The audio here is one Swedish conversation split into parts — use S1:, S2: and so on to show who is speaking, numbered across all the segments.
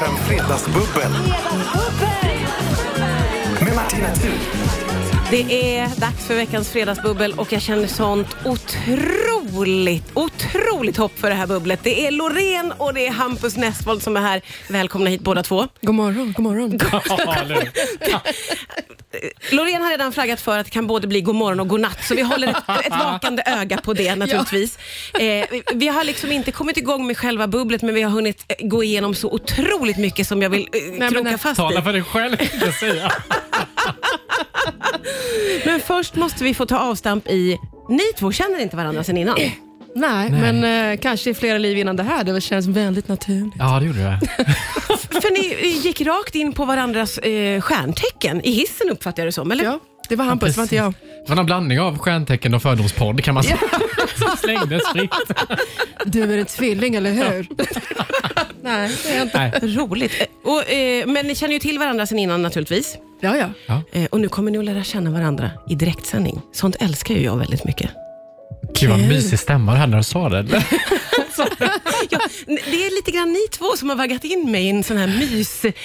S1: Fredagsbubbel med Martina Thun.
S2: Det är dags för veckans fredagsbubbel och jag känner sånt otroligt, otroligt hopp för det här bubblet. Det är Loreen och det är Hampus Nessvold som är här. Välkomna hit båda två.
S3: God morgon, god morgon.
S2: Loreen har redan flaggat för att det kan både bli god morgon och god natt, så vi håller ett, ett vakande öga på det naturligtvis. Eh, vi, vi har liksom inte kommit igång med själva bubblet, men vi har hunnit eh, gå igenom så otroligt mycket som jag vill eh,
S3: men
S2: kroka
S3: nej,
S2: fast i.
S4: Tala för dig själv, inte säga.
S2: Men först måste vi få ta avstamp i ni två känner inte varandra sedan innan.
S3: Nej, men eh, kanske i flera liv innan det här. Det känns väldigt naturligt.
S4: Ja, det gjorde det.
S2: För ni gick rakt in på varandras eh, stjärntecken i hissen uppfattar jag det som, eller?
S3: Ja, det var Hampus, det var inte jag.
S4: Det var en blandning av stjärntecken och fördomspodd kan man säga. Som slängdes fritt.
S3: Du är en tvilling, eller hur? Nej, det är jag inte.
S4: Nej.
S2: Roligt. Eh, Och, eh, men ni känner ju till varandra sedan innan naturligtvis.
S3: Ja, ja.
S2: Eh, och nu kommer ni att lära känna varandra i direktsändning. Sånt älskar ju jag väldigt mycket.
S4: Gud vad mysig stämma du hade när du sa det.
S2: Ja, n- det är lite grann ni två som har vaggat in mig i en sån här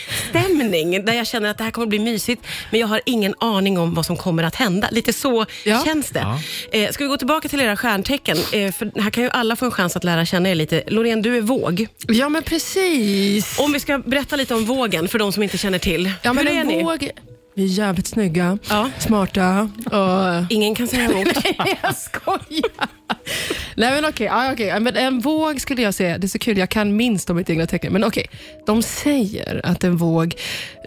S2: mysstämning där jag känner att det här kommer bli mysigt men jag har ingen aning om vad som kommer att hända. Lite så
S3: Ja.
S2: känns det.
S4: Ja.
S2: Eh, ska vi gå tillbaka till era stjärntecken? Eh, för här kan ju alla få en chans att lära känna er lite. Loreen, du är våg.
S3: Ja, men precis.
S2: Om vi ska berätta lite om vågen för de som inte känner till.
S3: Ja, men
S2: Hur är
S3: en
S2: ni?
S3: våg... Vi är jävligt snygga,
S2: Ja.
S3: smarta och...
S2: Ingen kan säga emot.
S3: jag skojar! Nej, men okej. ja, okej. Men en våg skulle jag säga, det är så kul, jag kan minst om mitt egna tecken, men okej. De säger att en våg,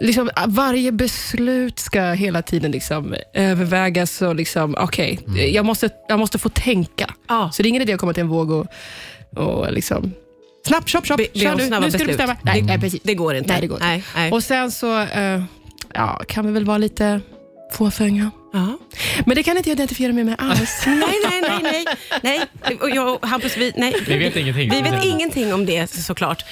S3: liksom, varje beslut ska hela tiden liksom, övervägas och liksom, okej,
S2: Mm.
S3: jag, måste, jag måste få tänka.
S2: Ja.
S3: Så det är ingen idé att komma till en våg och, och liksom, snabbt, chop, chop,
S2: Be- be om
S3: kör
S2: snabba
S3: nu, nu ska du
S2: beslut.
S3: bestämma. Nej, nej, precis.
S2: Det går inte.
S3: Nej, det går inte.
S2: Nej, nej.
S3: Och sen så eh, ja, kan vi väl vara lite fåfänga.
S2: Ja.
S3: Men det kan inte jag identifiera mig med alls.
S2: Nej, nej, nej, nej. nej. Och jag och Hampus, vi, nej.
S4: Vi vet ingenting.
S2: Vi vet ingenting om det så- såklart.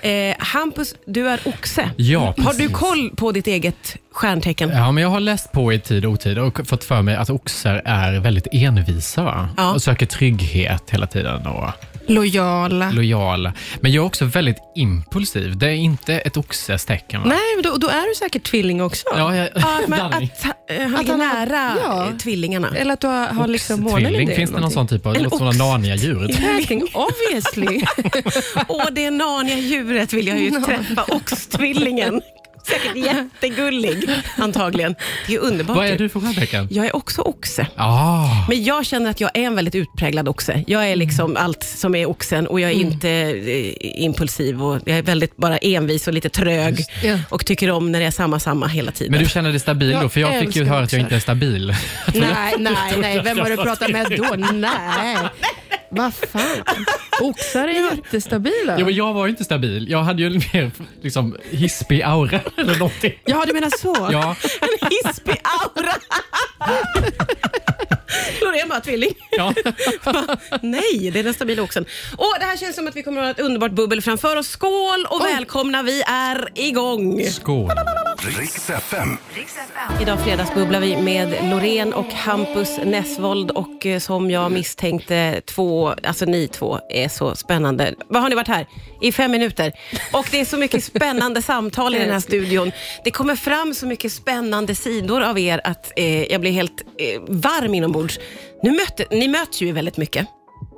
S2: Eh, Hampus, du är oxe.
S4: Ja,
S2: Har du
S4: precis.
S2: koll på ditt eget stjärntecken?
S4: Ja, men jag har läst på i tid och otid och fått för mig att oxar är väldigt envisa va?
S2: Ja.
S4: och söker trygghet hela tiden och
S3: Lojala.
S4: lojala. Men jag är också väldigt impulsiv. Det är inte ett oxes tecken. Va?
S3: Nej, men då, då är du säkert tvilling också.
S4: Ja, jag,
S2: Ja, men
S4: blandning.
S2: att, ha- eh, han
S3: Att
S2: ligger
S3: han har-
S2: nära
S3: ja.
S2: eh, tvillingarna.
S3: Eller att du har, har liksom månen i
S4: Tvilling,
S3: det.
S4: finns det någon sån typ av
S2: En
S4: något sådana
S2: ox.
S4: Narnia-djur?
S3: Tvilling, obviously.
S2: Åh, det är Narnia-djuret vill jag ju träffa. Oxtvillingen. Säkert jättegullig, antagligen. Det är underbart.
S4: Vad är
S2: ju.
S4: du för stjärntecken?
S2: Jag är också oxe.
S4: Ah.
S2: Men jag känner att jag är en väldigt utpräglad oxe.
S4: Mm.
S2: Jag är liksom allt som är oxen och jag är inte eh, impulsiv och jag är väldigt bara envis och lite trög
S3: Ja.
S2: och tycker om när det är samma, samma hela tiden.
S4: Men du känner dig stabil då?
S3: Jag
S4: För jag fick ju
S3: älskar
S4: höra att
S3: oxar.
S4: jag inte är stabil.
S3: nej, nej, nej. Vem har du pratat med då? Nej. Vad fan. Oxar är jättestabila.
S4: Ja, men jag var ju inte stabil. Jag hade ju en mer liksom, hispig aura eller någonting.
S3: Ja, du menar så?
S4: Ja,
S2: En hispig aura! Loreen bara, tvilling.
S4: ja.
S2: Va? Nej, det är den stabila oxen. Åh, det här känns som att vi kommer att ha ett underbart bubbel framför oss. Skål och välkomna, vi är igång!
S4: Skål.
S1: Riks FM.
S2: Idag fredagsbubblar vi med Loreen och Hampus Nessvold och eh, som jag misstänkte, två, alltså ni två är så spännande. Vad har ni varit här? I fem minuter. Och det är så mycket spännande samtal i den här studion. Det kommer fram så mycket spännande sidor av er att eh, jag blir helt eh, varm inombords. Nu mötte, ni möts ju väldigt mycket.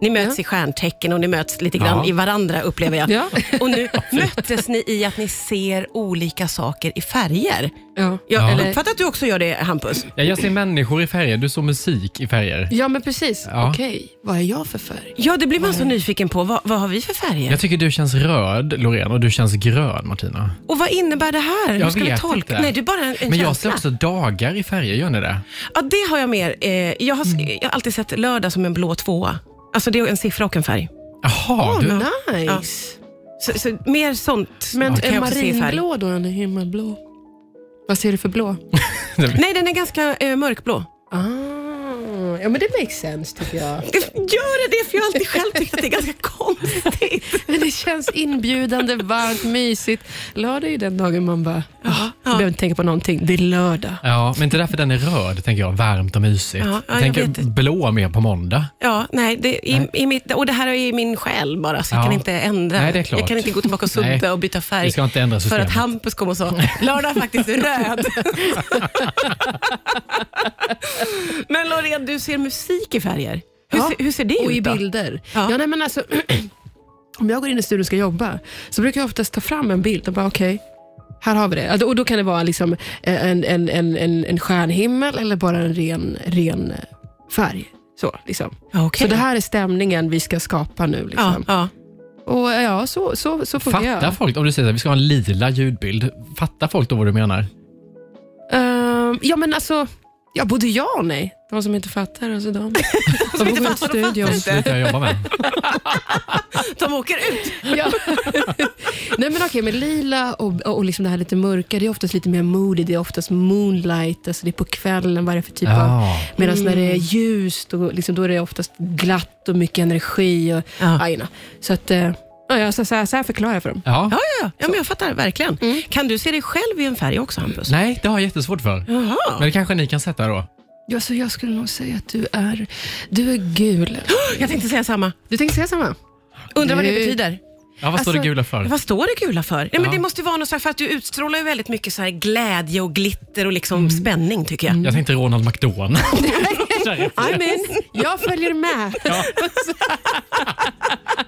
S2: Ni möts i stjärntecken och ni möts lite grann
S4: Ja.
S2: i varandra upplever jag.
S3: Ja.
S2: Och nu möttes ni i att ni ser olika saker i färger.
S3: Ja.
S2: Jag
S4: Ja.
S2: uppfattar att du också gör det, Hampus.
S4: Ja, jag ser människor i färger, du såg musik i färger.
S3: Ja, men precis.
S4: Ja.
S3: Okej, vad är jag för färg?
S2: Ja, det blir man så nyfiken på. Vad, vad har vi för färger?
S4: Jag tycker du känns röd, Loreen, och du känns grön, Martina.
S2: Och vad innebär det här?
S4: Jag
S2: Hur ska vi
S4: vet
S2: tolka?
S4: inte.
S2: Nej, det är bara en, en
S4: Men jag ser
S2: känsla.
S4: också dagar i färger, gör ni det?
S2: Ja, det har jag mer. Eh, jag, har,
S4: Mm.
S2: jag har alltid sett lördag som en blå tvåa. Alltså det är en siffra och en färg.
S4: Jaha, du,
S3: nice.
S2: Så, så mer sånt
S3: Men
S2: kan
S3: är
S2: jag också se i färg.
S3: marinblå då, eller himmelblå? Vad ser du för blå?
S2: Nej, den är ganska eh, mörkblå.
S3: Ah, ja, men det makes sense tycker jag.
S2: Gör det det? För jag har alltid själv tyckt att det är ganska konstigt.
S3: Men det känns inbjudande, varmt, mysigt. Lördag är ju den dagen man bara, Jag behöver inte tänka på någonting. Det är lördag.
S4: Ja, men inte därför den är röd, tänker jag. Varmt och mysigt.
S2: Ja, ja,
S4: jag
S2: jag
S4: tänker
S2: vet.
S4: blå mer på måndag.
S2: Ja, nej, det, i, I mitt, och det här är ju min själ bara, så jag
S4: Ja.
S2: kan inte ändra.
S4: Nej, det är klart.
S2: Jag kan inte gå tillbaka och
S4: Nej.
S2: sudda och byta färg.
S4: Vi ska inte ändra
S2: för att
S4: systemet.
S2: Hampus kom och sa, lördag är faktiskt röd. Men Loreen, du ser musik i färger. Hur,
S3: Ja.
S2: ser, hur ser det
S3: och
S2: ut
S3: i
S2: då?
S3: bilder.
S2: Ja.
S3: Ja. nej, men alltså, om jag går in i studion och ska jobba så brukar jag oftast ta fram en bild och bara okej, här har vi det. Alltså, Och då kan det vara liksom en, en, en, en, en stjärnhimmel eller bara en ren, ren eh, färg. Så, liksom.
S2: Ja, okej.
S3: så det här är stämningen vi ska skapa nu.
S2: ja,
S3: Liksom.
S2: ja.
S3: Och ja, så, så, så funkar
S4: Fattar
S3: jag.
S4: folk, om du säger att vi ska ha en lila ljudbild, fattar folk då vad du menar?
S3: Ehm, ja, men alltså, ja, både ja och nej. De som inte fattar, alltså de. som
S2: inte fattar, de fattar
S4: De slutar jag jobba med.
S2: De åker ut.
S3: Ja. Nej men okej, men lila och, och liksom det här lite mörka, det är oftast lite mer moody, det är oftast moonlight, alltså det är på kvällen, vad det är för typ av...
S4: Ja.
S3: Medan när det är ljust, och liksom, då är det oftast glatt och mycket energi. Och,
S2: Ja.
S3: ja. jajna. Så att, eh, ja, jag- så, så, här, så här förklarar jag för dem.
S4: Ja.
S2: Ja, ja, ja men jag fattar verkligen.
S3: Mm.
S2: Kan du se dig själv i en färg också, Hampus?
S4: Nej, det har jag jättesvårt för.
S2: Jaha.
S4: Men det kanske ni kan sätta då?
S3: Ja, så jag skulle nog säga att du är, du är gul.
S2: Jag tänkte säga samma.
S3: Du tänkte säga samma?
S2: Undrar vad det
S3: Nej.
S2: betyder.
S4: Ja, vad står
S3: Alltså,
S4: det gula för?
S2: Vad står det gula för? Nej, men
S4: Ja.
S2: det måste ju vara något så här, för att du utstrålar ju väldigt mycket så här glädje och glitter och liksom
S3: Mm.
S2: spänning tycker jag.
S4: Jag tänkte Ronald McDonald.
S3: I'm in. Jag följer med.
S4: Ja.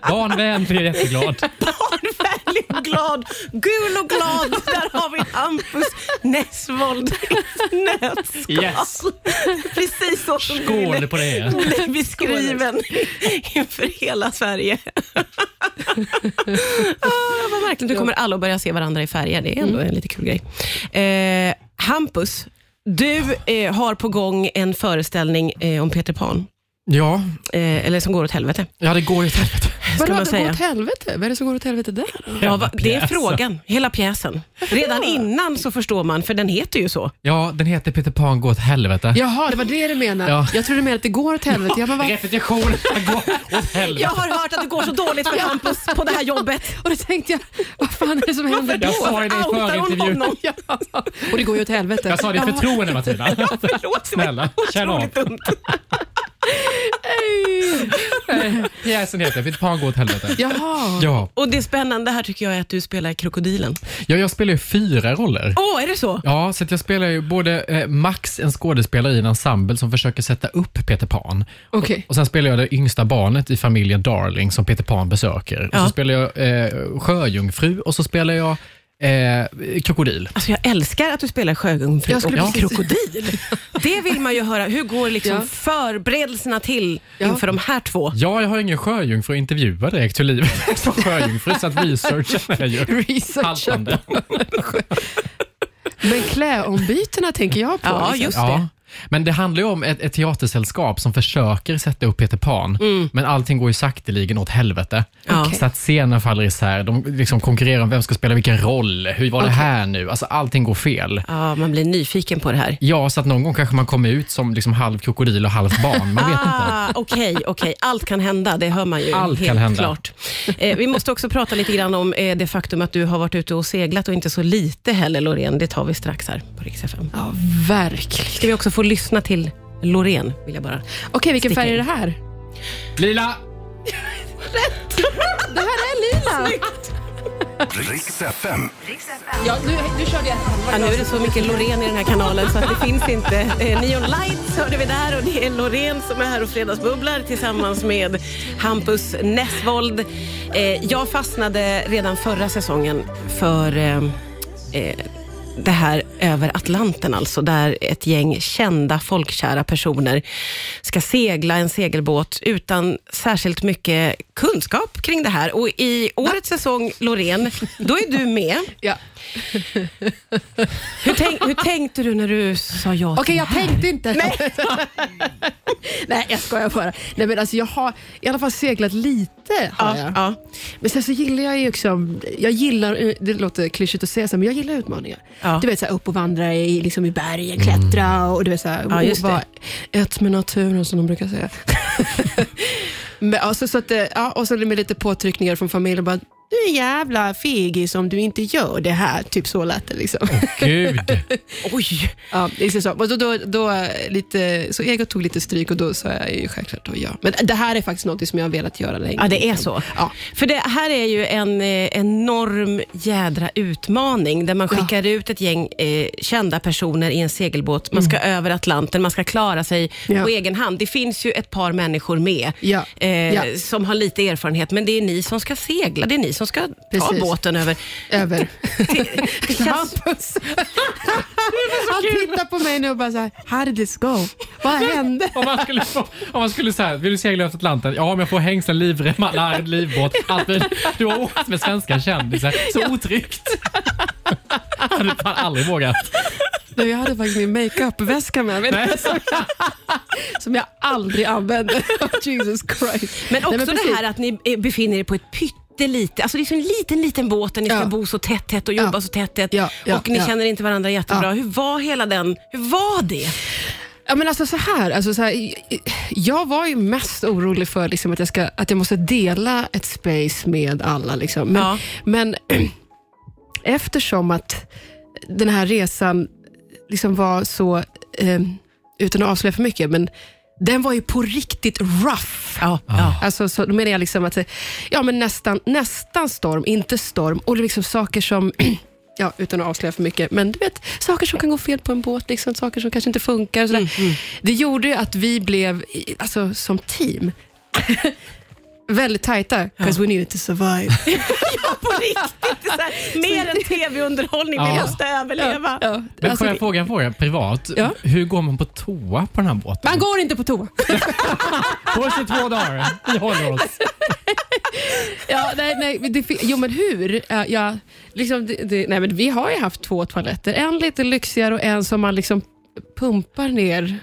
S4: Barnvän blir jätteglad.
S2: Barnvänlig och glad, gul och glad. Där har vi Hampus Nessvold i ett nötskal.
S4: Yes.
S2: Precis så som du
S4: Skål
S2: ville
S4: på det.
S2: bli beskriven inför hela Sverige. ah, vad märkligt, nu kommer alla att börja se varandra i färger. Det är ändå
S4: Mm.
S2: en lite kul grej. Eh, Hampus, du eh, har på gång en föreställning eh, om Peter Pan.
S4: Ja,
S2: Eh, eller som går åt helvete.
S4: ja det går ju åt helvete.
S3: Vadå,
S2: man
S3: det går
S2: säga.
S3: åt helvete? Vad är det som går åt helvete där?
S2: Ja, va, det är
S4: pjäsen.
S2: frågan. Hela pjäsen. Redan innan så förstår man, för den heter ju så.
S4: Ja, den heter Peter Pan går åt helvete.
S3: Jaha, det var det du menade.
S4: Ja.
S3: Jag trodde du menade att det går åt helvete. Jag bara, vad
S4: Repetition går åt
S2: Jag
S4: helvete.
S2: har hört att det går så dåligt för Hampus på det här jobbet.
S3: Och då tänkte jag, vad fan är det som händer
S4: Jag
S3: då?
S4: sa det i
S2: Outar hon
S4: förintervjun.
S2: honom?
S3: Ja. Och det går ju åt helvete.
S4: Jag sa det i förtroende Martina.
S2: Förlåt, det var
S4: Snälla, känn av.
S2: otroligt dumt.
S4: Pjäsen heter Peter Pan går åt helvete.
S3: Jaha.
S4: Ja,
S2: Och det spännande här tycker jag är att du spelar krokodilen.
S4: ja jag spelar ju fyra roller.
S2: Åh, är det så?
S4: Ja, så att jag spelar ju både eh, Max, en skådespelare i en ensemble som försöker sätta upp Peter Pan.
S3: Okej.
S4: Och sen spelar jag det yngsta barnet i familjen Darling som Peter Pan besöker. Och
S2: Ja.
S4: så spelar jag eh, sjöjungfru och så spelar jag eh, krokodil.
S2: Alltså jag älskar att du spelar sjöjungfru
S3: Jag
S2: och
S3: skulle precis-
S2: krokodil. Det vill man ju höra. Hur går liksom
S3: Ja.
S2: förberedelserna till
S3: Ja.
S2: inför de här två?
S4: Ja, jag har ingen sjöjungfru att intervjua direkt hur livet är som sjöjungfru, så att researchen är ju
S3: Research.
S4: haltande.
S3: Men kläombytena tänker jag på.
S2: Ja,
S3: liksom.
S2: just det.
S4: Ja. Men det handlar ju om ett, ett teatersällskap som försöker sätta upp Peter Pan, men allting går ju sakteligen åt helvete.
S2: Mm. Ja.
S4: Så att scenen faller isär, de liksom konkurrerar om vem ska spela vilken roll, hur var det här nu? Alltså allting går fel.
S2: Ja, man blir nyfiken på det här.
S4: Ja, så att någon gång kanske man kommer ut som liksom halv krokodil och halvt barn, man vet inte.
S2: Ah, Okej, okej. allt kan hända. Det hör man ju
S4: Allt
S2: helt
S4: kan hända.
S2: klart. Eh, vi måste också prata lite grann om eh, det faktum att du har varit ute och seglat och inte så lite heller, Loreen. Det tar vi strax här på Rix FM.
S3: ja verkligen.
S2: Ska vi också få lyssna till Loreen, vill jag bara.
S3: Okej, vilken
S2: Sticka
S3: färg är
S2: in.
S3: det här?
S4: Lila!
S3: Det här är lila.
S1: Riks FM.
S3: Ja, nu, nu körde jag
S2: Ja, nu är det så mycket Loreen i den här kanalen så att det finns inte. Eh, Neon Lights hörde vi där och det är Loreen som är här och fredagsbubblar tillsammans med Hampus Nessvold. Eh, jag fastnade redan förra säsongen för eh, eh, det här över Atlanten alltså, där ett gäng kända folkkära personer ska segla en segelbåt utan särskilt mycket kunskap kring det här. Och i årets säsong, Loreen, då är du med.
S3: Ja.
S2: Hur, tänk, hur tänkte du när du sa ja
S3: Okej,
S2: till
S3: jag tänkte inte. Nej. Nej, jag skojar bara. Nej, men alltså, jag har i alla fall seglat lite. Har
S2: ja,
S3: jag.
S2: ja.
S3: Men sen så gillar jag ju också, jag gillar, det låter klyschigt att säga så, men jag gillar utmaningar.
S2: Ja. Mm.
S3: Du vet så här, upp och vandra i, liksom i bergen, klättra och du vet så här,
S2: Ja, just
S3: och vara
S2: det.
S3: ett med naturen som de brukar säga. men, alltså, så att, eh, ja, och så med lite påtryckningar från familjen, bara, du är en jävla fegis om du inte gör det här. Typ så lät det. Liksom.
S4: Gud.
S2: Oj!
S3: Ja, liksom så. Och då, då, då, eh, lite, så Egot tog lite stryk och då sa jag ju självklart då ja. Men det här är faktiskt något som jag har velat göra länge.
S2: Ja, det är så.
S3: Ja.
S2: För det här är ju en eh, enorm jädra utmaning där man
S3: Ja.
S2: skickar ut ett gäng eh, kända personer i en segelbåt. Man ska över Atlanten, man ska klara sig
S3: Mm. Ja.
S2: på egen hand. Det finns ju ett par människor med
S3: Ja.
S2: eh,
S3: Ja.
S2: som har lite erfarenhet, men det är ni som ska segla. Det är ni som ska ta
S3: Precis.
S2: båten över.
S3: Över.
S2: Det känns,
S3: Hampus. Han tittar på mig nu och bara så här, how did this go? Vad hände?
S4: Om man skulle, få, om man skulle säga, vill du segla över Atlanten? Ja, om jag får hängslen, livremmar, larm, livbåt. Allt, men du har åkt med svenska kändisar. Så otryggt. Hade fan aldrig vågat.
S3: Nu, jag hade faktiskt min makeupväska med mig.
S4: Nej.
S3: Som jag aldrig använde. Jesus Christ.
S2: men också
S3: Nej,
S2: det
S3: precis.
S2: här att ni eh, befinner er på ett pyttelite, alltså det är så en liten, liten båt där ni ska
S3: Ja.
S2: bo så tätt, tätt och jobba
S3: Ja.
S2: så tätt, tätt
S3: Ja, ja,
S2: och ni
S3: ja.
S2: känner inte varandra jättebra. Hur var hela den, hur var det?
S3: Ja, men alltså så här, alltså så här i- i- jag var ju mest orolig för liksom att, jag ska, att jag måste dela ett space med alla. Liksom. Men,
S2: Ja.
S3: men eftersom att den här resan liksom var så, eh, utan att avslöja för mycket, men den var ju på riktigt rough.
S2: Ja, ja.
S3: Alltså, så, då menar jag liksom att, ja, men nästan, nästan storm, inte storm. Och liksom saker som, ja, utan att avslöja för mycket, men du vet, saker som kan gå fel på en båt, liksom, saker som kanske inte funkar. Och sådär. Det gjorde ju att vi blev, i- alltså som team, väldigt tajta. 'Cause we needed to survive.
S2: På riktigt, det är så här, mer än tv-underhållning, vi
S4: Ja.
S2: måste överleva.
S3: ja,
S4: Men
S3: alltså,
S4: får jag fråga en fråga privat?
S3: Ja.
S4: Hur går man på toa på den här båten?
S3: man går inte på toa.
S4: På 22 dagar. Vi håller oss.
S3: Ja, nej, nej, men det, fin- jo, men hur? Ja, ja, liksom, det, det, nej, men vi har ju haft två toaletter. En lite lyxigare och en som man liksom pumpar ner.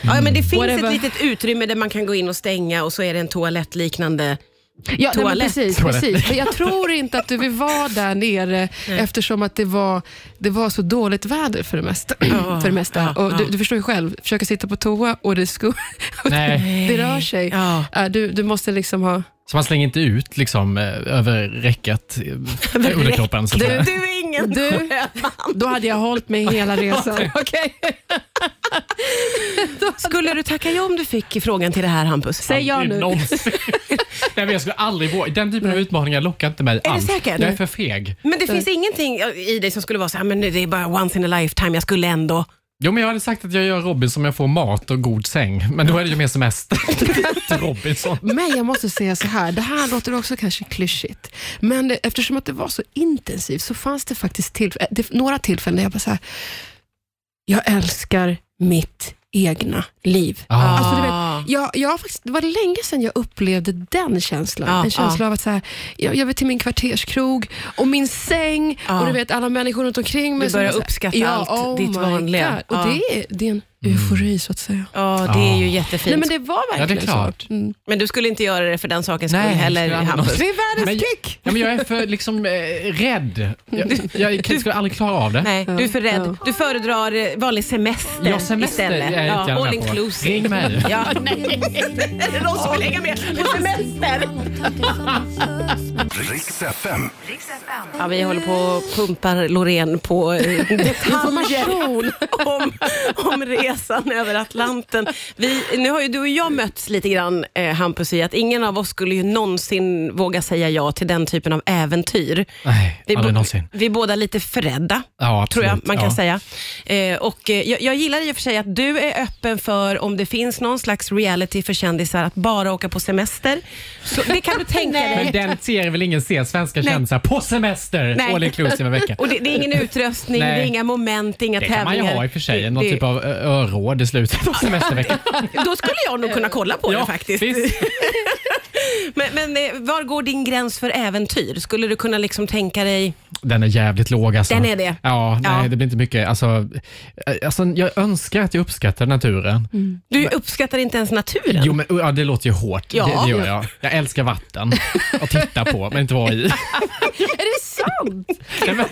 S2: Ja, men det finns
S3: Whatever.
S2: ett litet utrymme där man kan gå in och stänga och så är det en toalettliknande.
S3: Ja, nej, men
S2: Toalett.
S3: precis,
S4: Toalett.
S3: precis. Men jag tror inte att du vill vara där nere eftersom att det var, det var så dåligt väder för det mesta. för det mesta.
S2: ja,
S3: och du,
S2: ja.
S3: du förstår ju själv, försöka sitta på toa och det, sko- och
S4: Nej.
S3: det rör sig.
S2: Ja.
S3: Ja, Du, du måste liksom ha...
S4: Så man slänger inte ut liksom, eh, över räcket eh, under kroppen. Så att
S2: Du,
S4: säga.
S2: du är ingen
S3: Du.
S2: sjöman.
S3: Då hade jag hållit mig hela resan. Okej.
S2: Skulle du tacka ja om du fick frågan till det här Hampus?
S3: Säg ja
S4: Aldrig
S3: nu.
S4: någonsin. Nej, men jag skulle aldrig våga. Den typen av utmaningar lockar inte mig
S2: det
S4: alls.
S2: säkert?
S4: Jag är för feg.
S2: Men det finns ingenting i dig som skulle vara så här, men det är bara once in a lifetime, jag skulle ändå.
S4: Jo, men jag hade sagt att jag gör Robinson om jag får mat och god säng, men då är det ju mer semester. Till Robinson.
S3: Men jag måste säga så här, det här låter också kanske klyschigt, men det- eftersom att det var så intensivt så fanns det faktiskt tillf- eh, det, några tillfällen där jag bara så här, jag älskar mitt egna liv.
S4: Ah.
S3: Alltså, du vet, jag, jag har faktiskt, det var länge sedan jag upplevde den känslan.
S2: Ja,
S3: en känsla av att så här, jag, jag vill till min kvarterskrog och min säng
S2: Ja.
S3: och du vet alla människor runt omkring mig.
S2: Du
S3: som
S2: börjar
S3: är så här, oh
S2: uppskatta allt
S4: oh
S2: ditt
S3: my
S2: vanliga.
S3: God. Och
S2: Ja. Mm.
S3: det, är, det är en eufori så att säga.
S2: Ja, det är ju
S4: Ah.
S2: jättefint.
S3: Nej, men
S2: men,
S3: det var
S4: Ja, det är
S3: verkligen
S4: klart.
S3: så. Mm.
S2: du skulle inte göra det för den sakens skull
S4: Nej,
S2: heller,
S4: skulle jag aldrig
S2: Hampus?
S4: någonsin.
S3: Det är
S4: Men-
S3: världens kick!
S4: Ja, men jag är för liksom, eh, rädd. Jag, jag kan- skulle aldrig klara av det.
S2: Nej, du är för rädd. Du föredrar eh, vanlig semester,
S4: Jag semester är jag
S2: istället.
S4: jättegärna
S2: all
S4: med på.
S2: inclusive.
S4: Ring mig.
S2: Ja. Är det någon som vill hänga med på semester?
S1: Riks FM.
S2: Ja, vi håller på och pumpar Loreen på eh, detaljer om, om resan över Atlanten. Vi, nu har ju du och jag mötts lite grann, eh, Hampus, i att ingen av oss skulle ju någonsin våga säga ja till den typen av äventyr.
S4: Nej,
S2: Vi,
S4: aldrig
S2: bo-
S4: någonsin.
S2: vi är båda lite för rädda,
S4: Ja, absolut.
S2: tror jag man kan
S4: Ja.
S2: säga. Eh, och, eh, jag, jag gillar i och för sig att du är öppen för om det finns någon slags reality för kändisar att bara åka på semester. Så det kan du tänka dig.
S4: Men den ser väl ingen se? Svenska
S2: Nej.
S4: kändisar på semester,
S2: Nej.
S4: all inclusive en vecka.
S2: Och det, det är ingen utrustning,
S4: Nej.
S2: det är inga moment, inga
S4: Det kan man
S2: tävlingar.
S4: ju ha i och för sig,
S2: Det-
S4: någon
S2: det-
S4: typ av ö- öråd i slutet på semesterveckan.
S2: Då skulle jag nog kunna kolla på det faktiskt.
S4: visst.
S2: Men, men eh, var går din gräns för äventyr? Skulle du kunna liksom tänka dig...
S4: Den är jävligt låg alltså.
S2: Den är det.
S4: Ja, nej,
S2: Ja.
S4: det blir inte mycket. Alltså, eh, alltså, jag önskar att jag uppskattar naturen.
S2: Du uppskattar inte ens naturen.
S4: Jo, men ja, det låter ju hårt.
S2: Ja.
S4: Det, det gör jag. Jag älskar vatten att titta på, men inte vara i.
S3: Är det sant?
S4: Nej, men,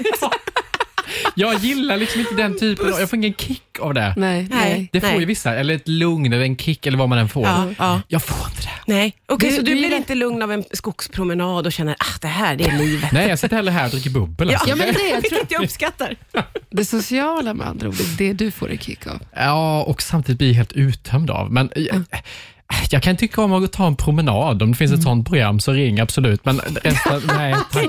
S4: Jag gillar liksom inte den typen av, jag får ingen kick av det.
S3: Nej, nej.
S4: Det får
S2: nej.
S4: ju vissa, eller ett lugn eller en kick eller vad man än får.
S2: Ja, ja.
S4: Jag får inte det.
S2: Nej, okej,
S3: Du-
S2: så du,
S3: du
S2: blir
S3: gillar-
S2: inte lugn av en skogspromenad och känner att ah, det här, det är livet.
S4: Nej, jag sitter hellre här och dricker bubbel. Alltså.
S3: Ja, men det, jag tror,
S2: Vilket jag uppskattar.
S3: det sociala med andra ord, det är det du får en kick av.
S4: Ja, och samtidigt blir jag helt uttömd av. Men eh, jag kan tycka om att ta en promenad. Om det finns ett
S2: Mm.
S4: sånt program så ring absolut. Men resten, nej tack.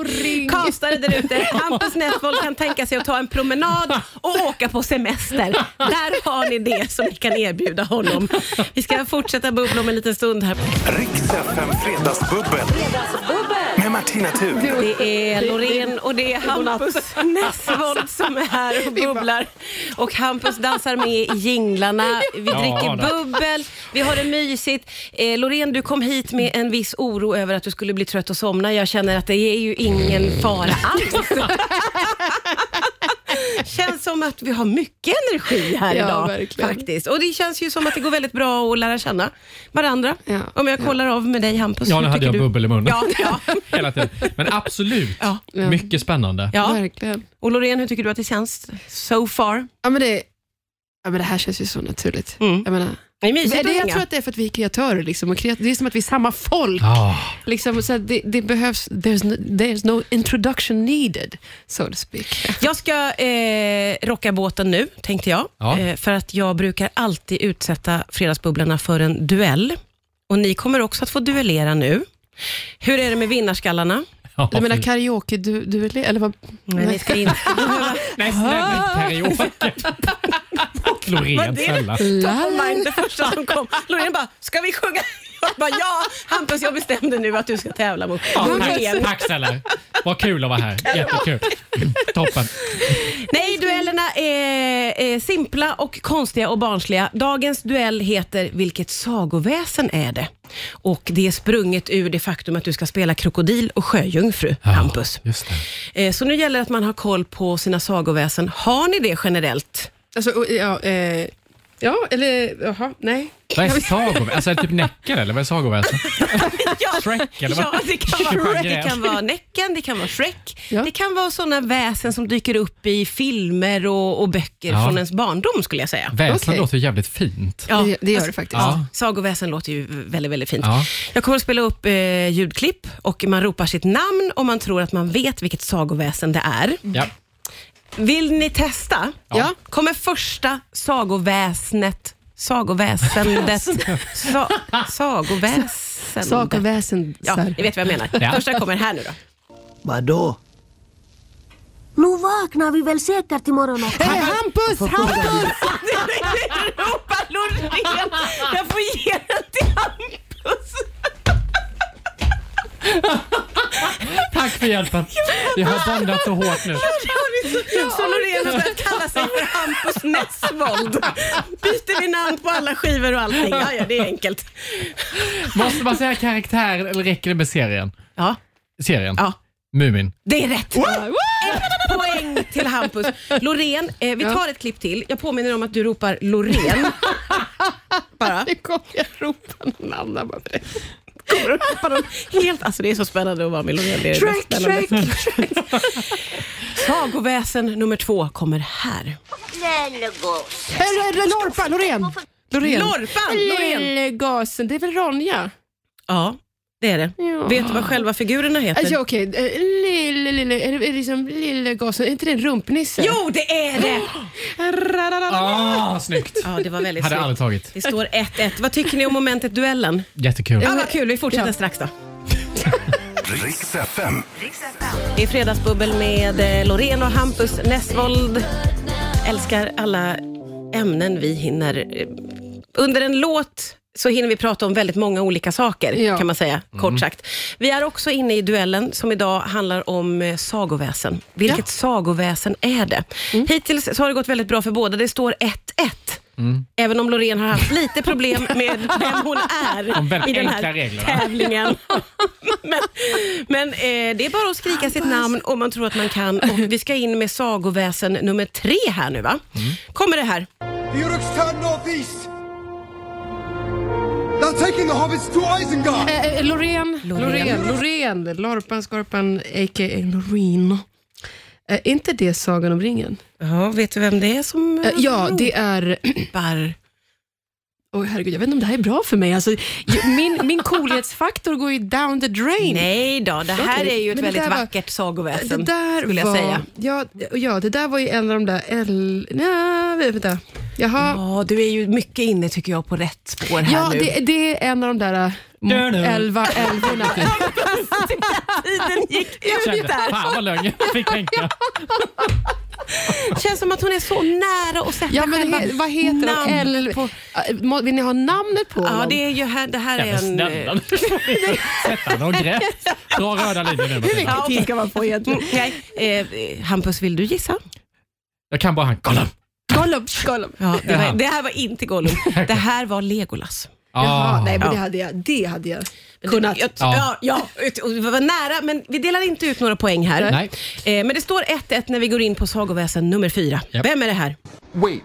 S2: Karlstad där ute, Hampus Näsvold kan tänka sig att ta en promenad och åka på semester. Där har ni det som ni kan erbjuda honom. Vi ska fortsätta bubbla om en liten stund här.
S1: Riks FM Fredagsbubbel. Med Martina Thun.
S2: Det är Loreen och det är Hampus Nessvold som är här och bubblar. Och Hampus dansar med i jinglarna. Vi
S4: Ja,
S2: dricker
S4: då.
S2: bubbel, vi har det mysigt. Eh, Loreen, du kom hit med en viss oro över att du skulle bli trött och somna. Jag känner att det är ju ingen fara alls. känns som att vi har mycket energi här
S3: Ja,
S2: idag.
S3: verkligen.
S2: Faktiskt. Och det känns ju som att det går väldigt bra att lära känna varandra.
S3: Ja,
S2: Om jag kollar av med dig Hampus,
S4: Ja, nu hade jag
S2: du?
S4: bubbel i munnen
S2: Ja, ja.
S4: hela tiden. Men absolut,
S2: Ja.
S4: mycket spännande.
S2: Ja.
S3: Verkligen.
S2: Och Loreen, hur tycker du att det känns so far?
S3: Ja, men det, ja, men det här känns ju så naturligt.
S2: Mm.
S3: Jag, menar,
S2: Det är mysigt
S3: men
S2: att
S3: det, jag
S2: hänga.
S3: tror att det är för att vi är kreatörer. Liksom, och kreat- det är som att vi är samma folk.
S4: Ah,
S3: Liksom, så att det, det behövs, there's no, there's no introduction needed, so to speak.
S2: Jag ska eh, rocka båten nu, tänkte jag.
S4: Ja.
S2: Eh, för att jag brukar alltid utsätta Fredagsbubblorna för en duell. Och ni kommer också att få duellera nu. Hur är det med vinnarskallarna?
S4: Ah. ja,
S3: Jag menar
S4: fy.
S3: karaoke, du, du eller, eller vad?
S2: Nej, ni ska inte behöva
S4: Nej, snälla, karaoke. Loreen,
S2: Ah. Vad är det?
S4: snälla.
S2: top of mind det första som kom. Loreen bara, ska vi sjunga? Jag bara, ja! Hampus, jag bestämde nu att du ska tävla mot
S4: Ja,
S2: Loreen.
S4: tack, tack snälla. Vad kul att vara här. Jättekul. Toppen.
S2: Nej, duellerna är eh, simpla och konstiga och barnsliga. Dagens duell heter Vilket sagoväsen är det? Och det är sprunget ur det faktum att du ska spela krokodil och sjöjungfru, Hampus.
S4: Ja, just det.
S2: Eh, Så nu gäller det att man har koll på sina sagoväsen. Har ni det generellt?
S3: Alltså, och, ja, eh, ja, eller jaha, nej.
S4: Vad är sagoväsen? Alltså, är det typ Näcken eller vad är sagoväsen?
S2: Ja,
S4: Shrek, eller vad?
S2: ja det, kan vara,
S4: Shrek.
S2: det kan vara Näcken, det kan vara Shrek.
S3: Ja.
S2: Det kan vara sådana väsen som dyker upp i filmer och, och böcker
S4: Ja.
S2: från ens barndom skulle jag säga.
S4: Väsen
S3: Okej.
S4: låter ju jävligt fint.
S2: Ja,
S3: Det, det gör det faktiskt.
S4: ja.
S2: Sagoväsen låter ju väldigt, väldigt fint.
S4: Ja.
S2: Jag kommer att spela upp eh, ljudklipp och man ropar sitt namn och man tror att man vet vilket sagoväsen det är.
S4: Ja.
S2: Vill ni testa?
S4: Ja.
S2: Kommer första sagoväsnet Sagoväsendet. Sa, sagoväsendet.
S3: Sak och väsen.
S2: Ja,
S3: så här.
S2: ni vet vad jag menar.
S4: Ja.
S2: Första kommer här nu då.
S5: Vadå?
S6: Nu vaknar vi väl säkert imorgon också.
S3: Hej, Hampus! Hampus!
S2: Ropa Loreen! Jag får ge den till Hampus.
S4: Tack för hjälpen. Vi har bondat så hårt nu.
S2: Så Loreen har börjat kalla sig för Hampus Nessvold. Byter vi namn på alla skivor och allting. Ja, ja, det är enkelt.
S4: Måste man säga karaktär eller räcker det med serien?
S2: Ja,
S4: Serien?
S2: ja.
S4: Mumin.
S2: Det är rätt. Ett poäng till Hampus. Loreen, eh, vi tar ett klipp till. Jag påminner om att du ropar Loreen.
S3: Nu kommer jag ropa någon annan. bara för det.
S2: Helt, alltså det är så spännande att vara med Loreen. Det är det mest
S3: Shrek,
S2: spännande.
S3: Shrek, Shrek.
S2: Sagoväsen nummer två kommer här.
S6: Snällgås.
S3: Eller, eller Lorpan, Loreen. Loreen.
S2: Lorpan! Loreen.
S3: Lillgasen, det är väl Ronja?
S2: Ja, det är det.
S3: Ja.
S2: Vet du vad själva figurerna heter?
S3: Alltså okej, eh, lille, lille, är det är det liksom lillegasen, är inte det en rumpnisse?
S2: Jo, det är det!
S3: Rararara.
S4: Ah, snyggt.
S2: Ja, det var väldigt
S4: Hade jag
S2: snyggt.
S4: aldrig tagit.
S2: Det står 1-1. Vad tycker ni om momentet duellen?
S4: Jättekul.
S2: Ja, vad kul. Vi fortsätter
S3: Ja.
S2: strax då.
S1: Riks FM.
S2: Det är Fredagsbubbel med eh, Loreen och Hampus Nessvold. Älskar alla ämnen vi hinner. eh, Under en låt så hinner vi prata om väldigt många olika saker,
S3: Ja.
S2: kan man säga,
S4: Mm.
S2: kort sagt. Vi är också inne i duellen som idag handlar om eh, sagoväsen. Vilket sagoväsen är det? Hittills så har det gått väldigt bra för båda. Det står 1-1. Även om Loreen har haft lite problem med vem hon
S4: Om
S2: är
S4: väldigt
S2: i den här
S4: enkla regler, va?
S2: tävlingen. men men eh, det är bara att skrika sitt namn om man tror att man kan. Och vi ska in med sagoväsen nummer tre här nu va?
S4: Mm.
S2: Kommer det här?
S7: Uruk's northeast. Now taking the hobbits to Isengard.
S3: Eh, eh, Loreen,
S2: Loreen.
S3: Loreen, Loreen, Lorpan, Skorpan, a.k.a. Loreen. Är inte det Sagan om ringen?
S2: Ja, vet du vem det är som
S3: Eh, ja, det är...
S2: ropar?
S3: Åh herregud, jag vet inte om det här är bra för mig. Alltså, ju- min, min coolhetsfaktor går ju down the drain.
S2: Nej då, det här
S3: Okej,
S2: är ju ett
S3: men det
S2: väldigt
S3: där var-
S2: vackert sagoväsen.
S3: Det där
S2: skulle jag
S3: var,
S2: säga.
S3: Ja, ja, det där var ju en av de där... El, nej, vänta. Jaha.
S2: Ja, du är ju mycket inne tycker jag på rätt spår här
S3: Ja,
S2: nu.
S3: det, det är en av de där
S4: Gör
S3: äh,
S4: nu.
S3: elva älvorna.
S2: Tiden gick
S4: Kände,
S2: ut där.
S4: fan vad lögn jag fick tänka.
S2: Känns som att hon är så nära att sätta
S3: Ja, men
S2: själva
S3: he, vad heter de?
S2: namn
S3: El,
S2: på...
S3: äh, må- vill ni ha namnet på
S2: Ja,
S3: honom?
S2: det är ju här, det här
S4: Ja,
S2: är en...
S4: men
S2: eh,
S4: snälla nu får vi inte sätta någon gräns. Dra röda linjen nu Martina.
S2: Ja, okej. Mm, nej. Eh, Hampus, vill du gissa?
S4: Jag kan bara han. Kolla!
S3: Gollum. Gollum.
S2: Ja, det,
S4: Jaha.
S2: var, det här var inte Gollum. Det här var Legolas.
S3: Jaha,
S4: Ah.
S3: nej, men
S2: Ja.
S3: det hade jag, det hade jag
S2: Men det-
S3: kunnat.
S2: Jag, ja. Ja, ut- och det var nära, men vi delar inte ut några poäng här.
S4: Nej.
S2: Eh, men det står 1-1 när vi går in på sagoväsen nummer fyra.
S4: Japp.
S2: Vem är det här?
S7: Wait.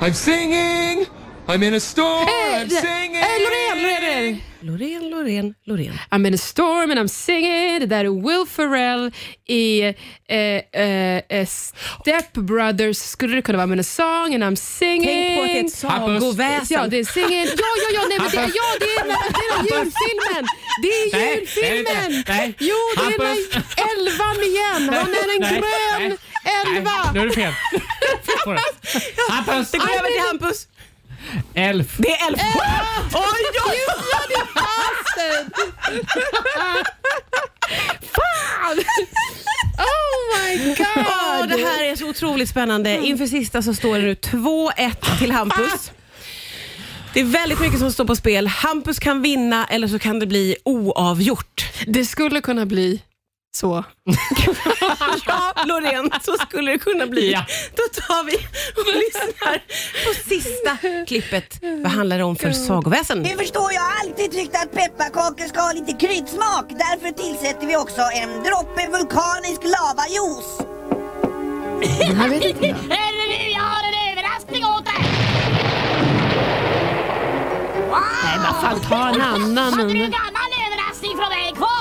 S7: I'm singing! I'm in a storm! I'm singing!
S3: Hey, Loreen, Loreen!
S2: Loreen, Loreen, Loreen.
S3: I'm in a storm and I'm singing. Det där är Will Ferrell i eh, eh, eh, Step Brothers. Skulle det kunna vara I'm in a song and I'm singing?
S2: Tänk på att det är ett
S4: Hampus.
S2: sagoväsen.
S3: Ja, det är singing. Ja, ja, ja, nej, men det,
S4: Hampus.
S3: ja, det är, det är julfilmen. Det är
S4: Nej,
S3: julfilmen.
S4: nej, nej.
S3: Jo, det är den
S4: Hampus.
S3: elvan igen. Han är en
S4: Nej,
S3: grön
S4: nej, nej, Nu
S3: elva.
S4: är det fel. Får det. Hampus!
S2: Det går över till Hampus.
S4: Elf.
S2: Det är elf.
S3: Eh,
S2: Oj, oj,
S3: Oh my god.
S2: Ja, det här är så otroligt spännande. Inför sista så står det nu 2-1 till Hampus. Det är väldigt mycket som står på spel. Hampus kan vinna eller så kan det bli oavgjort.
S3: Det skulle kunna bli så.
S2: Ja, Loreen, så skulle det kunna bli.
S4: Ja.
S2: Då tar vi och lyssnar på sista klippet. Vad handlar det om för sagoväsen?
S5: Du förstår, jag har alltid tyckt att pepparkakor ska ha lite kryddsmak. Därför tillsätter vi också en droppe vulkanisk lavajuice.
S3: Jag vet inte.
S8: Hörru du, jag har en överraskning åt dig!
S3: Fan, ta en annan.
S8: Har du en annan överraskning från mig kvar?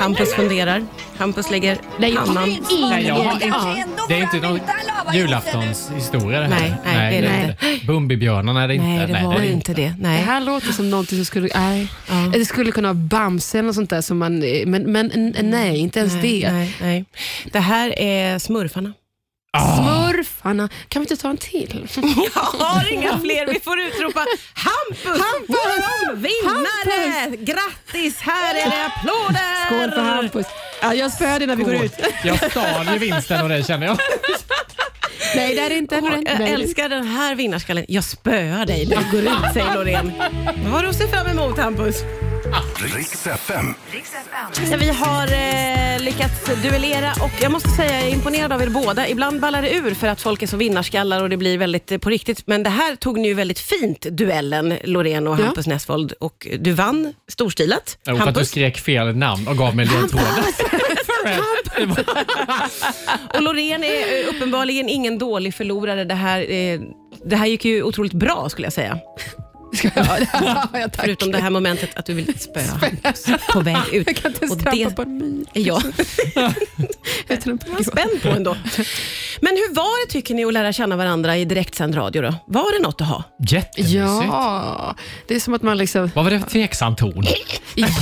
S2: Hampus funderar. Hampus lägger
S3: Nej, jag-
S2: pannan.
S4: Nej, jag har inte.
S3: Ja.
S5: Ändå
S4: Det är
S5: får
S4: inte
S5: han
S4: någon
S5: inte lavajuicen.
S4: julaftonshistoria det här.
S2: Nej, nej, det är det
S4: inte. Bumbibjörnarna är det inte.
S2: Nej, det var ju inte det.
S3: Det
S2: Nej.
S3: här låter som någonting som skulle, nej.
S2: Ja.
S3: Det skulle kunna vara Bamse eller något sånt där, som man, men, men n- nej, inte ens
S2: Nej,
S3: det.
S2: nej, nej. Det här är smurfarna.
S4: Ah.
S3: Smurfarna, kan vi inte ta en till?
S2: Jag har inga fler. Vi får utropa Hampus! Wow, Vinnare! Grattis! Här är det applåder!
S3: Skål för Hampus. Ja, jag spöar dig när vi går ut.
S4: Jag stal ju vinsten och det känner jag.
S3: Nej, det är inte en
S2: Jag älskar den här vinnarskallen. Jag spöar dig när du går ut, säger Loreen. Vad har du att se fram emot, Hampus?
S1: Riks FM.
S2: Vi har eh, lyckats duellera och jag måste säga jag är imponerad av er båda. Ibland ballar det ur för att folk är så vinnarskallar och det blir väldigt eh, på riktigt. Men det här tog ni ju väldigt fint, duellen Loreen och
S3: Ja.
S2: Hampus Nessvold. Och du vann storstilat.
S4: Jo, för att du skrek fel namn och gav mig ledtrådar.
S2: Och Loreen är eh, uppenbarligen ingen dålig förlorare. Det här, eh, det här gick ju otroligt bra skulle jag säga.
S3: Ja, ja, tack.
S2: Förutom det här momentet att du vill spöa Hampus på väg ut.
S3: Jag kan inte ens
S2: Och
S3: trampa
S2: det
S3: på en myr.
S2: är jag
S3: Utan att-
S2: spänd på ändå. Men hur var det tycker ni att lära känna varandra i direktsänd radio då? Var det något att ha?
S4: Jättemysigt.
S3: Ja, det är som att man liksom...
S4: Vad var det för tveksam ton?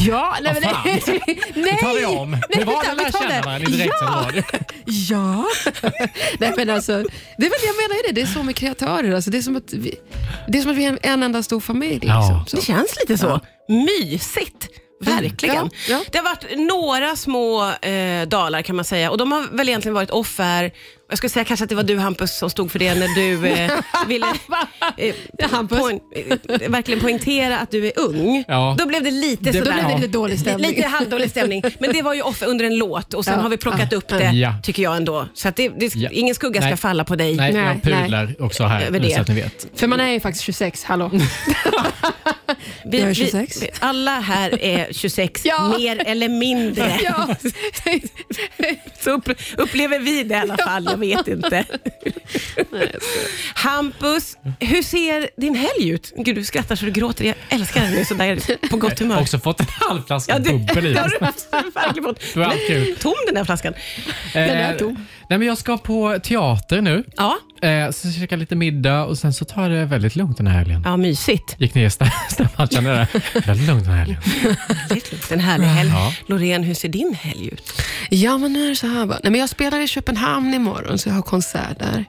S3: Ja, nej men
S4: Vad
S3: nej.
S4: fan.
S3: nej.
S4: tar vi om.
S3: Nej,
S4: Hur var
S3: vänta,
S4: det där
S3: vi tar
S4: känner
S3: det.
S4: man i direktsänd
S3: Ja.
S4: radio?
S3: Ja. Nej, men alltså, det är väl jag menar ju det. Det är så med kreatörer. Alltså, det, är som att vi, det är som att vi är en, en enda stor familj.
S4: Ja.
S3: Liksom,
S2: Det
S3: så.
S2: känns lite så. Mysigt. Verkligen.
S3: Ja, Mm, ja.
S2: Det har varit några små eh, dalar kan man säga och de har väl egentligen varit off air. Jag skulle säga kanske att det var du Hampus som stod för det när du eh, ville eh,
S3: Hampus.
S2: poäng, eh, verkligen poängtera att du är ung.
S4: Ja.
S2: Då blev det lite
S4: Det-
S2: sådär.
S3: Då blev det lite dålig stämning.
S2: Lite halvdålig stämning. Men det var ju off under en låt och sen
S3: Ja.
S2: har vi plockat upp det
S4: Ja.
S2: tycker jag ändå. Så att det, det,
S4: Ja.
S2: ingen skugga ska
S4: Nej.
S2: falla på dig.
S4: Nej,
S3: Nej,
S4: jag pudlar också här
S2: Över
S4: nu
S2: det.
S4: så att ni vet.
S3: För man är ju faktiskt 26, hallå.
S2: Vi,
S3: Jag är
S2: vi-
S3: 26.
S2: Vi, alla här är 26,
S3: Ja.
S2: mer eller mindre.
S3: ja.
S2: Så upp, upplever vi det i alla fall, jag vet inte. Hampus, hur ser din helg ut? Gud, du skrattar så du gråter. Jag älskar när du är sådär på gott
S4: Jag har
S2: humör.
S4: också fått en halv flaska
S2: Ja, det,
S4: bubbel i
S2: det
S4: mig.
S2: har du verkligen fått.
S4: Det var allt kul.
S2: Tom den där flaskan.
S3: är
S4: Eh,
S3: tom.
S4: Nej, men jag ska på teater nu.
S2: Ja,
S4: Eh, så käka lite middag och sen så tar det väldigt lugnt den här helgen.
S2: ja mysigt.
S4: Gick ner i sta- stämman, kände det. Väldigt lugnt den här helgen.
S2: Väldigt lugnt. En härlig helg.
S4: Ja.
S2: Loreen, hur ser din helg ut?
S3: Ja, men nu är det så här va. Nej, men jag spelar i Köpenhamn imorgon, så jag har konsert där.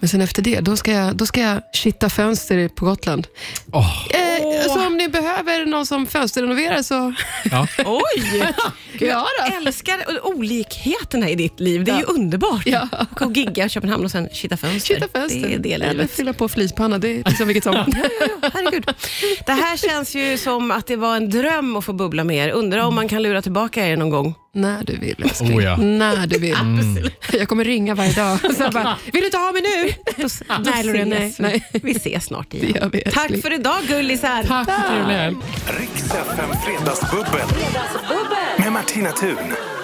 S3: Men sen efter det, då ska jag, då ska jag kitta fönster i- på Gotland.
S4: Åh,
S3: Eh, Så om ni behöver någon som fönsterrenoverar så...
S4: ja.
S2: Oj!
S3: Ja,
S2: Jag älskar olikheterna i ditt liv. Det är ju underbart.
S3: Ja.
S2: Åka Och gigga i Köpenhamn och sen kitta fönster.
S3: Kitta fönster.
S2: Det är det
S3: Eller
S2: livet.
S3: fylla på flispanna, det är liksom vilket som.
S2: Herregud. Det här känns ju som att det var en dröm att få bubbla med er. Undrar om man kan lura tillbaka er någon gång.
S3: När du vill, älskling.
S4: Oh, ja. Mm.
S3: När du vill. Jag kommer ringa varje dag. Så jag bara, vill du inte ha mig nu?
S2: Då, s- då
S3: Nej, Loreen,
S2: ses vi.
S3: nej, nej.
S2: Vi ses snart
S3: Det gör
S2: igen.
S3: vi,
S2: Tack
S3: älskling.
S2: för idag gullisar.
S4: Tack för trevlig helg.
S1: Riks FM Fredagsbubbel. Med Martina Thun.